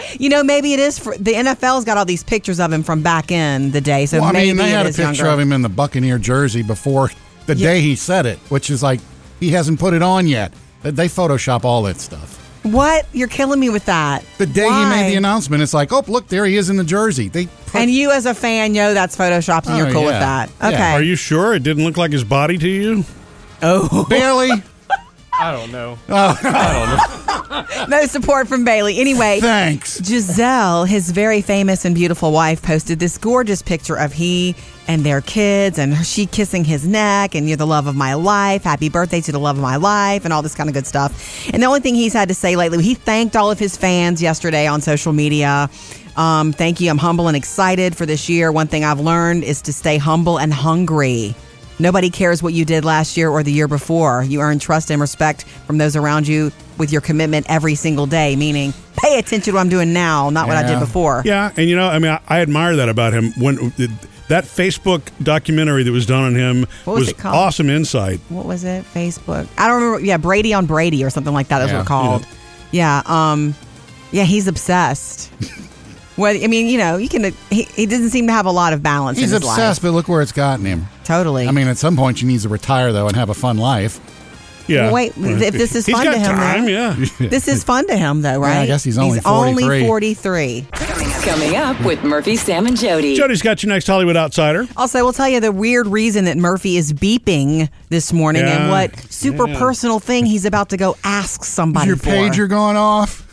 [SPEAKER 1] You know, maybe it is. For, the NFL's got all these pictures of him from back in the day. So
[SPEAKER 2] Well, I
[SPEAKER 1] maybe
[SPEAKER 2] mean, they
[SPEAKER 1] it
[SPEAKER 2] had a
[SPEAKER 1] is
[SPEAKER 2] picture
[SPEAKER 1] younger.
[SPEAKER 2] of him in the Buccaneer jersey before the
[SPEAKER 1] Yeah.
[SPEAKER 2] day he said it, which is like he hasn't put it on yet. They- They Photoshop all that stuff.
[SPEAKER 1] What? You're killing me with that.
[SPEAKER 2] The day
[SPEAKER 1] Why?
[SPEAKER 2] he made the announcement, it's like, oh, look, there he is in the jersey. They put,
[SPEAKER 1] And you, as a fan, know that's photoshopped, and you're
[SPEAKER 2] Oh,
[SPEAKER 1] cool with
[SPEAKER 2] yeah.
[SPEAKER 1] that.
[SPEAKER 2] Yeah.
[SPEAKER 1] Okay.
[SPEAKER 4] Are you sure it didn't look like his body to you?
[SPEAKER 1] Oh.
[SPEAKER 2] barely.
[SPEAKER 10] I don't know.
[SPEAKER 1] No support from Bailey. Anyway,
[SPEAKER 2] Thanks.
[SPEAKER 1] Giselle, his very famous and beautiful wife, posted this gorgeous picture of he and their kids and she kissing his neck and you're the love of my life. Happy birthday to the love of my life and all this kind of good stuff. And the only thing he's had to say lately, he thanked all of his fans yesterday on social media. Um, thank you. I'm humble and excited for this year. One thing I've learned is to stay humble and hungry. Nobody cares what you did last year or the year before. You earn trust and respect from those around you with your commitment every single day, meaning pay attention to what I'm doing now, not what I did
[SPEAKER 2] Yeah.
[SPEAKER 1] before.
[SPEAKER 4] Yeah, and you know, I mean, I, I admire that about him. When that Facebook documentary that was done on him
[SPEAKER 1] What was it called?
[SPEAKER 4] awesome insight.
[SPEAKER 1] What was it? Facebook. I don't remember. Yeah, Brady on Brady or something like that. That's
[SPEAKER 2] Yeah.
[SPEAKER 1] what it's called. Yeah. um, yeah, he's obsessed. well, I mean, you know, you can. He, he doesn't seem to have a lot of balance.
[SPEAKER 2] He's
[SPEAKER 1] in his
[SPEAKER 2] obsessed, but look where it's gotten him.
[SPEAKER 1] Life. Totally.
[SPEAKER 2] I mean, at some point, she needs to retire, though, and have a fun life.
[SPEAKER 4] Yeah.
[SPEAKER 1] Well, wait, if this is
[SPEAKER 4] He's
[SPEAKER 1] fun
[SPEAKER 4] got
[SPEAKER 1] to him,
[SPEAKER 4] time,
[SPEAKER 1] though.
[SPEAKER 4] yeah.
[SPEAKER 1] this is fun to him, though, right?
[SPEAKER 2] I guess he's only 43.
[SPEAKER 1] 43.
[SPEAKER 5] Coming up with Murphy, Sam, and Jody.
[SPEAKER 4] Jody's got your next Hollywood outsider.
[SPEAKER 1] Also, we'll tell you the weird reason that Murphy is beeping this morning and
[SPEAKER 4] Yeah.
[SPEAKER 1] what super
[SPEAKER 4] Yeah.
[SPEAKER 1] personal thing he's about to go ask
[SPEAKER 2] Is
[SPEAKER 1] somebody
[SPEAKER 2] your
[SPEAKER 1] for.
[SPEAKER 2] pager going off?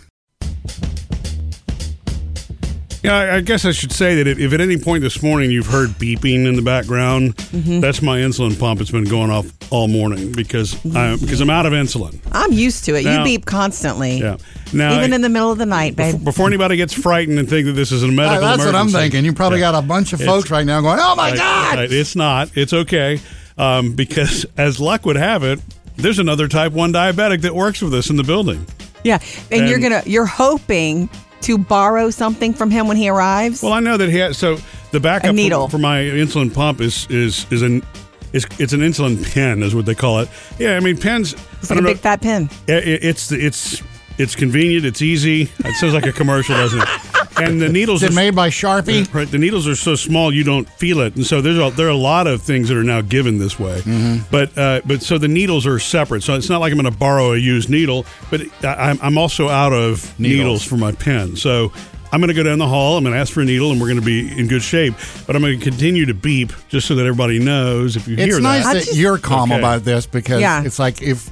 [SPEAKER 4] Yeah, I- I guess I should say that if, if at any point this morning you've heard beeping in the background,
[SPEAKER 1] Mm-hmm.
[SPEAKER 4] that's my insulin pump. It's been going off all morning because
[SPEAKER 1] Mm-hmm.
[SPEAKER 4] I because I'm out of insulin.
[SPEAKER 1] I'm used to it. you
[SPEAKER 4] Now-
[SPEAKER 1] beep constantly.
[SPEAKER 4] Yeah. Now,
[SPEAKER 1] Even in the middle of the night, babe.
[SPEAKER 4] before anybody gets frightened and think that this is a medical
[SPEAKER 2] Uh, that's what I'm
[SPEAKER 4] emergency.
[SPEAKER 2] thinking. You probably
[SPEAKER 4] Yeah.
[SPEAKER 2] got a bunch of
[SPEAKER 4] It's-
[SPEAKER 2] folks right now going, oh, my
[SPEAKER 4] Right,
[SPEAKER 2] God.
[SPEAKER 4] right. It's not. It's okay. Um, because as luck would have it, there's another type 1 diabetic that works with us in the building.
[SPEAKER 1] Yeah. And, you're
[SPEAKER 4] And-
[SPEAKER 1] gonna you're hoping to borrow something from him when he arrives.
[SPEAKER 4] Well, I know that he has. So the backup
[SPEAKER 1] A needle.
[SPEAKER 4] For, for my insulin pump is is is an is it's an insulin pen is what they call it. Yeah, I mean pens.
[SPEAKER 1] It's
[SPEAKER 4] I
[SPEAKER 1] like a
[SPEAKER 4] don't know.
[SPEAKER 1] big fat pin.
[SPEAKER 4] Yeah, it- it's it's it's convenient. It's easy. It sounds like a commercial, doesn't it? And the needles
[SPEAKER 2] Is
[SPEAKER 4] are
[SPEAKER 2] it made by Sharpie?
[SPEAKER 4] Right, the needles are so small you don't feel it, and so there's a, there are a lot of things that are now given this way.
[SPEAKER 1] Mm-hmm.
[SPEAKER 4] But uh, but so the needles are separate, so it's not like I'm going to borrow a used needle. But I, I'm I'm also out of needles. for my pen, so I'm going to go down the hall. I'm going to ask for a needle, and we're going to be in good shape. But I'm going to continue to beep just so that everybody knows if you
[SPEAKER 2] It's
[SPEAKER 4] hear
[SPEAKER 2] nice
[SPEAKER 4] that.
[SPEAKER 2] that,
[SPEAKER 1] I just-
[SPEAKER 2] you're calm
[SPEAKER 4] Okay.
[SPEAKER 2] about this because
[SPEAKER 1] Yeah.
[SPEAKER 2] it's like if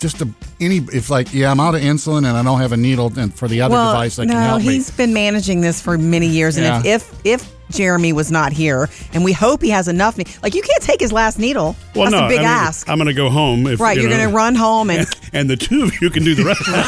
[SPEAKER 2] just a, any if like yeah I'm out of insulin and I don't have a needle and for the other
[SPEAKER 1] well,
[SPEAKER 2] device that
[SPEAKER 1] no,
[SPEAKER 2] can help
[SPEAKER 1] he's
[SPEAKER 2] me.
[SPEAKER 1] been managing this for many years, and
[SPEAKER 2] Yeah.
[SPEAKER 1] if, if if Jeremy was not here, and we hope he has enough, ne- like you can't take his last needle.
[SPEAKER 4] Well,
[SPEAKER 1] That's
[SPEAKER 4] no,
[SPEAKER 1] a big
[SPEAKER 4] I mean,
[SPEAKER 1] ask,
[SPEAKER 4] I'm going to go home. If,
[SPEAKER 1] right?
[SPEAKER 4] you
[SPEAKER 1] You're
[SPEAKER 4] know-
[SPEAKER 1] going to run home and
[SPEAKER 4] and the two of you can do the rest of the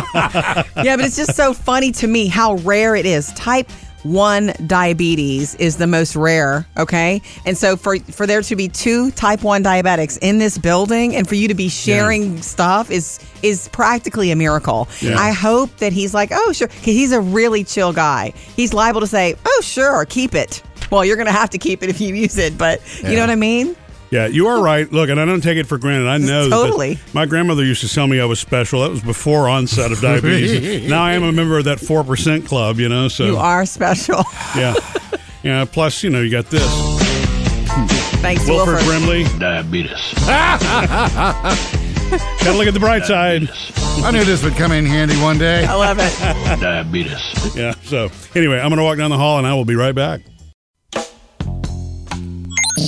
[SPEAKER 4] show.
[SPEAKER 1] yeah, but it's just so funny to me how rare it is. Type one diabetes is the most rare, okay? And so for for there to be two type one diabetics in this building and for you to be sharing stuff is is practically a miracle.
[SPEAKER 4] Yeah.
[SPEAKER 1] I hope that he's like, "Oh, sure." 'Cause he's a really chill guy. He's liable to say, "Oh, sure, keep it." Well, you're going to have to keep it if you use it, but you know what I mean?
[SPEAKER 4] Yeah, you are right. Look, and I don't take it for granted. I know that
[SPEAKER 1] Totally.
[SPEAKER 4] my grandmother used to tell me I was special. That was before onset of diabetes. now I am a member of that four percent club. You know, so
[SPEAKER 1] You are special.
[SPEAKER 4] yeah, yeah. Plus, you know, you got this
[SPEAKER 1] Thanks,
[SPEAKER 4] Wilford
[SPEAKER 1] Wilford.
[SPEAKER 4] Brimley.
[SPEAKER 8] Diabetes.
[SPEAKER 4] Gotta look at the bright side.
[SPEAKER 2] I knew this would come in handy one day.
[SPEAKER 1] I love it.
[SPEAKER 8] Diabetes.
[SPEAKER 4] Yeah. So anyway, I'm gonna walk down the hall, and I will be right back.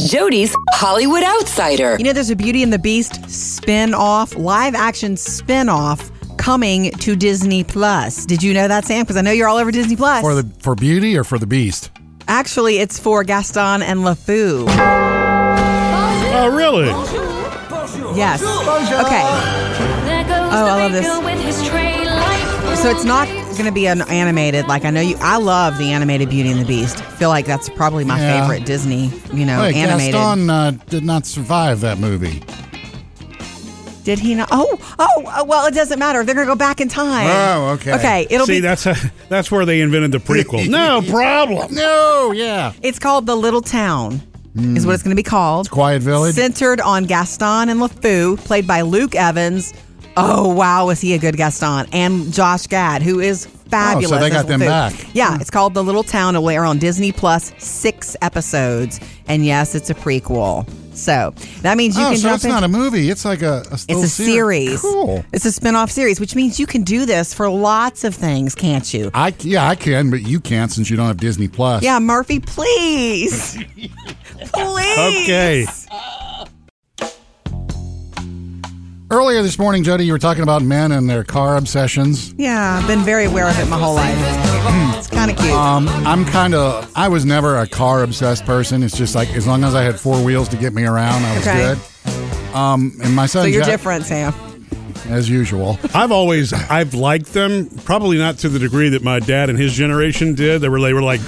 [SPEAKER 5] Jody's Hollywood Outsider.
[SPEAKER 1] You know, there's a Beauty and the Beast spin off, live action spin off coming to Disney Plus. Did you know that, Sam? Because I know you're all over Disney Plus.
[SPEAKER 2] For the for beauty or for the beast?
[SPEAKER 1] Actually, it's for Gaston and LeFou.
[SPEAKER 4] Oh, really?
[SPEAKER 1] Yes. Okay.
[SPEAKER 6] Oh,
[SPEAKER 1] I love this. So it's not going to be an animated. Like I know you, I love the animated Beauty and the Beast. I feel like that's probably my
[SPEAKER 2] Yeah.
[SPEAKER 1] favorite Disney. You know,
[SPEAKER 2] Wait,
[SPEAKER 1] Oh, animated.
[SPEAKER 2] Gaston uh, did not survive that movie.
[SPEAKER 1] Did he not? Oh, oh, oh, well, it doesn't matter. They're going to go back in time.
[SPEAKER 2] Oh, okay.
[SPEAKER 1] Okay, it'll
[SPEAKER 4] See,
[SPEAKER 1] be
[SPEAKER 4] that's a, that's where they invented the prequel. no problem.
[SPEAKER 2] No, yeah.
[SPEAKER 1] It's called The Little Town, is what it's going to be called.
[SPEAKER 2] Quiet Village.
[SPEAKER 1] Centered on Gaston and LeFou, played by Luke Evans. Oh, wow, was he a good Gaston? And Josh Gad, who is fabulous.
[SPEAKER 2] Oh, they
[SPEAKER 1] as
[SPEAKER 2] got them
[SPEAKER 1] LeFou.
[SPEAKER 2] back. Hmm.
[SPEAKER 1] Yeah, it's called The Little Town. It will air on Disney Plus, six episodes. And yes, it's a prequel. So that means you
[SPEAKER 2] oh,
[SPEAKER 1] can
[SPEAKER 2] so
[SPEAKER 1] jump
[SPEAKER 2] it's
[SPEAKER 1] in.
[SPEAKER 2] not a movie. It's like a,
[SPEAKER 1] It's
[SPEAKER 2] little
[SPEAKER 1] a series.
[SPEAKER 2] Cool.
[SPEAKER 1] It's a spin-off series, which means you can do this for lots of things, can't you?
[SPEAKER 2] I yeah I can, but you can't since you don't have Disney Plus.
[SPEAKER 1] Yeah, Murphy, please. please.
[SPEAKER 4] Okay.
[SPEAKER 2] Earlier this morning, Jody, you were talking about men and their car obsessions.
[SPEAKER 1] Yeah, I've been very aware of it my whole life. It's kind of cute.
[SPEAKER 2] Um, I'm kind of I was never a car obsessed person. It's just like as long as I had four wheels to get me around, I was
[SPEAKER 1] Okay.
[SPEAKER 2] good. Um, and my son,
[SPEAKER 1] so you're
[SPEAKER 2] Jack-
[SPEAKER 1] different, Sam.
[SPEAKER 2] as usual.
[SPEAKER 4] I've always I've liked them, probably not to the degree that my dad and his generation did. They were they were like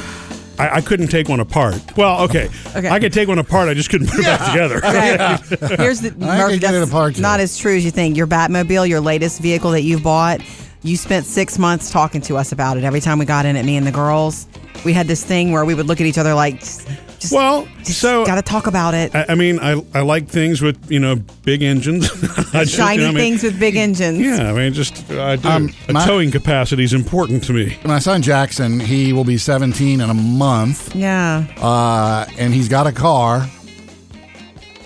[SPEAKER 4] I, I couldn't take one apart. Well, okay.
[SPEAKER 1] Okay.
[SPEAKER 4] I could take one apart, I just couldn't put it back together.
[SPEAKER 1] Okay. Here's the
[SPEAKER 2] I
[SPEAKER 1] Murph,
[SPEAKER 2] could get it
[SPEAKER 1] that's
[SPEAKER 2] apart, too.
[SPEAKER 1] not as true as you think. Your Batmobile, your latest vehicle that you bought, you spent six months talking to us about it. Every time we got in at me and the girls, we had this thing where we would look at each other like, just, just-
[SPEAKER 4] Well,
[SPEAKER 1] just
[SPEAKER 4] so-
[SPEAKER 1] gotta talk about it.
[SPEAKER 2] Uh,
[SPEAKER 4] I, I mean, I I like things with, you know, big engines. I just- you
[SPEAKER 1] Shiny
[SPEAKER 4] know, I mean-
[SPEAKER 1] things with big engines.
[SPEAKER 4] Yeah, I mean just I do
[SPEAKER 2] Um,
[SPEAKER 4] a
[SPEAKER 2] my-
[SPEAKER 4] towing capacity is important to me.
[SPEAKER 2] my son Jackson, he will be 17 in a month,
[SPEAKER 1] Yeah.
[SPEAKER 2] uh, and he's got a car.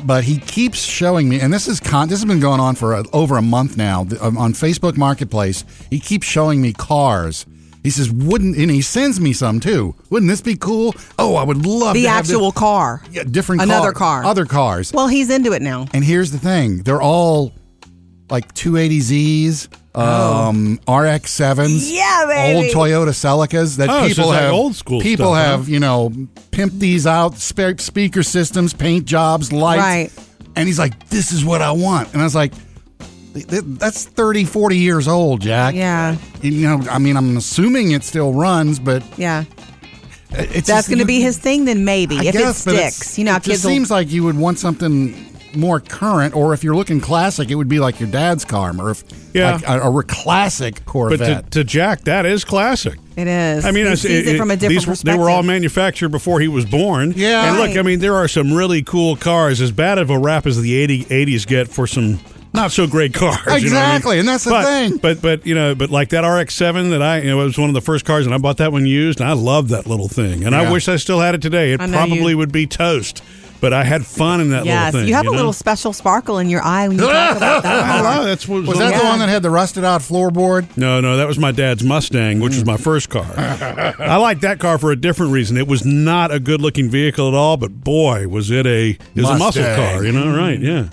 [SPEAKER 2] But he keeps showing me, and this is con- this has been going on for uh over a month now th- um, on Facebook Marketplace. He keeps showing me cars. He says, "Wouldn't," and he sends me some too. Wouldn't this be cool? Oh, I would love
[SPEAKER 1] The
[SPEAKER 2] to have
[SPEAKER 1] actual
[SPEAKER 2] this-
[SPEAKER 1] car.
[SPEAKER 2] Yeah, different
[SPEAKER 1] Another car.
[SPEAKER 2] other cars.
[SPEAKER 1] Well, he's into it now.
[SPEAKER 2] And here's the thing: they're all like 280zs, um, RX sevens,
[SPEAKER 1] Oh. Yeah, baby.
[SPEAKER 2] old Toyota Celicas that
[SPEAKER 4] Oh, so it's
[SPEAKER 2] people
[SPEAKER 4] like
[SPEAKER 2] have
[SPEAKER 4] old school
[SPEAKER 2] People
[SPEAKER 4] stuff, huh?
[SPEAKER 2] have you know pimped these out, spare speaker systems, paint jobs, lights.
[SPEAKER 1] Right.
[SPEAKER 2] And he's like, "This is what I want," and I was like. "Th- th- That's 30, 40 years old, Jack.
[SPEAKER 1] Yeah.
[SPEAKER 2] You know, I mean, I'm assuming it still runs, but uh,
[SPEAKER 1] Yeah.
[SPEAKER 2] it's
[SPEAKER 1] That's
[SPEAKER 2] just-
[SPEAKER 1] going to
[SPEAKER 2] you-
[SPEAKER 1] be his thing then, maybe,
[SPEAKER 2] I
[SPEAKER 1] if
[SPEAKER 2] guess,
[SPEAKER 1] it
[SPEAKER 2] but it's-
[SPEAKER 1] sticks. You know, how
[SPEAKER 2] it just
[SPEAKER 1] kids will
[SPEAKER 2] seems like you would want something more current, or if you're looking classic, it would be like your dad's car, or if
[SPEAKER 4] Yeah.
[SPEAKER 2] like a, a classic
[SPEAKER 4] But
[SPEAKER 2] Corvette.
[SPEAKER 4] to, to Jack, that is classic.
[SPEAKER 1] It is.
[SPEAKER 4] I mean,
[SPEAKER 1] He
[SPEAKER 4] I,
[SPEAKER 1] sees
[SPEAKER 4] it-
[SPEAKER 1] it from a
[SPEAKER 4] it-
[SPEAKER 1] different
[SPEAKER 4] these,
[SPEAKER 1] perspective.
[SPEAKER 4] They were all manufactured before he was born.
[SPEAKER 2] Yeah.
[SPEAKER 4] And
[SPEAKER 1] Right.
[SPEAKER 4] look, I mean, there are some really cool cars. As bad of a rap as the 80, 80s get for some not so great cars. you know what I mean?
[SPEAKER 2] Exactly, and that's the
[SPEAKER 4] But-
[SPEAKER 2] thing.
[SPEAKER 4] But but you know, but like that RX-7 that I you know, it was one of the first cars, and I bought that one used, and I love that little thing, and
[SPEAKER 2] Yeah.
[SPEAKER 4] I wish I still had it today. It
[SPEAKER 1] I know
[SPEAKER 4] probably
[SPEAKER 1] you-
[SPEAKER 4] would be toast, but I had fun in that
[SPEAKER 1] Yes,
[SPEAKER 4] little thing.
[SPEAKER 1] you have a
[SPEAKER 4] know?
[SPEAKER 1] little special sparkle in your eye when you talk about that.
[SPEAKER 4] I
[SPEAKER 1] car.
[SPEAKER 4] know, that's what
[SPEAKER 2] Was that the
[SPEAKER 1] Yeah.
[SPEAKER 2] one that had the rusted out floorboard?
[SPEAKER 4] No, no, that was my dad's Mustang, which was my first car. I liked that car for a different reason. It was not a good-looking vehicle at all, but boy, was it a it was a muscle
[SPEAKER 2] Mustang.
[SPEAKER 4] car, you know? Right? Yeah.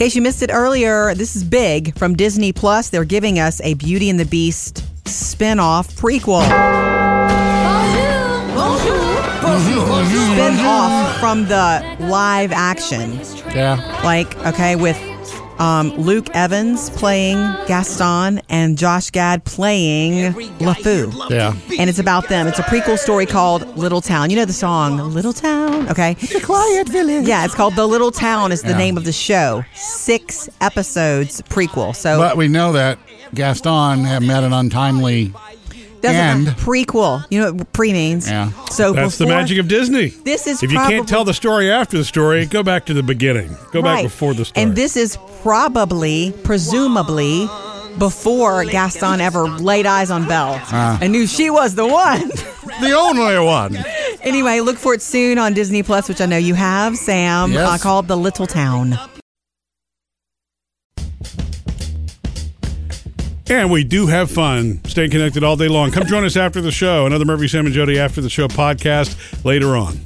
[SPEAKER 1] In case you missed it earlier, this is big from Disney Plus. They're giving us a Beauty and the Beast spin-off prequel. Spin-off from the live action.
[SPEAKER 2] Yeah.
[SPEAKER 1] Like, okay, with um, Luke Evans playing Gaston and Josh Gad playing LeFou.
[SPEAKER 2] Yeah.
[SPEAKER 1] And it's about them. It's a prequel story called Little Town. You know the song, Little Town? Okay.
[SPEAKER 2] Quiet Village.
[SPEAKER 1] Yeah, it's called The Little Town is the
[SPEAKER 2] Yeah.
[SPEAKER 1] name of the show. Six episodes prequel. So
[SPEAKER 2] But we know that Gaston had met an untimely.
[SPEAKER 1] doesn't
[SPEAKER 2] and-
[SPEAKER 1] matter. prequel. You know what pre means.
[SPEAKER 2] Yeah.
[SPEAKER 1] So
[SPEAKER 4] That's the
[SPEAKER 1] before-
[SPEAKER 4] magic of Disney.
[SPEAKER 1] This is
[SPEAKER 4] if you
[SPEAKER 1] probably-
[SPEAKER 4] can't tell the story after the story, go back to the beginning. Go back
[SPEAKER 1] Right.
[SPEAKER 4] before the story.
[SPEAKER 1] And this is probably, presumably, before Gaston ever laid eyes on Belle
[SPEAKER 2] Ah.
[SPEAKER 1] and knew she was the one.
[SPEAKER 2] The only one.
[SPEAKER 1] anyway, look for it soon on Disney Plus, which I know you have, Sam,
[SPEAKER 2] Yes.
[SPEAKER 1] uh, called The Little Town.
[SPEAKER 4] And we do have fun. Stay connected all day long. Come join us after the show. Another Murphy, Sam, and Jody after the show podcast later on.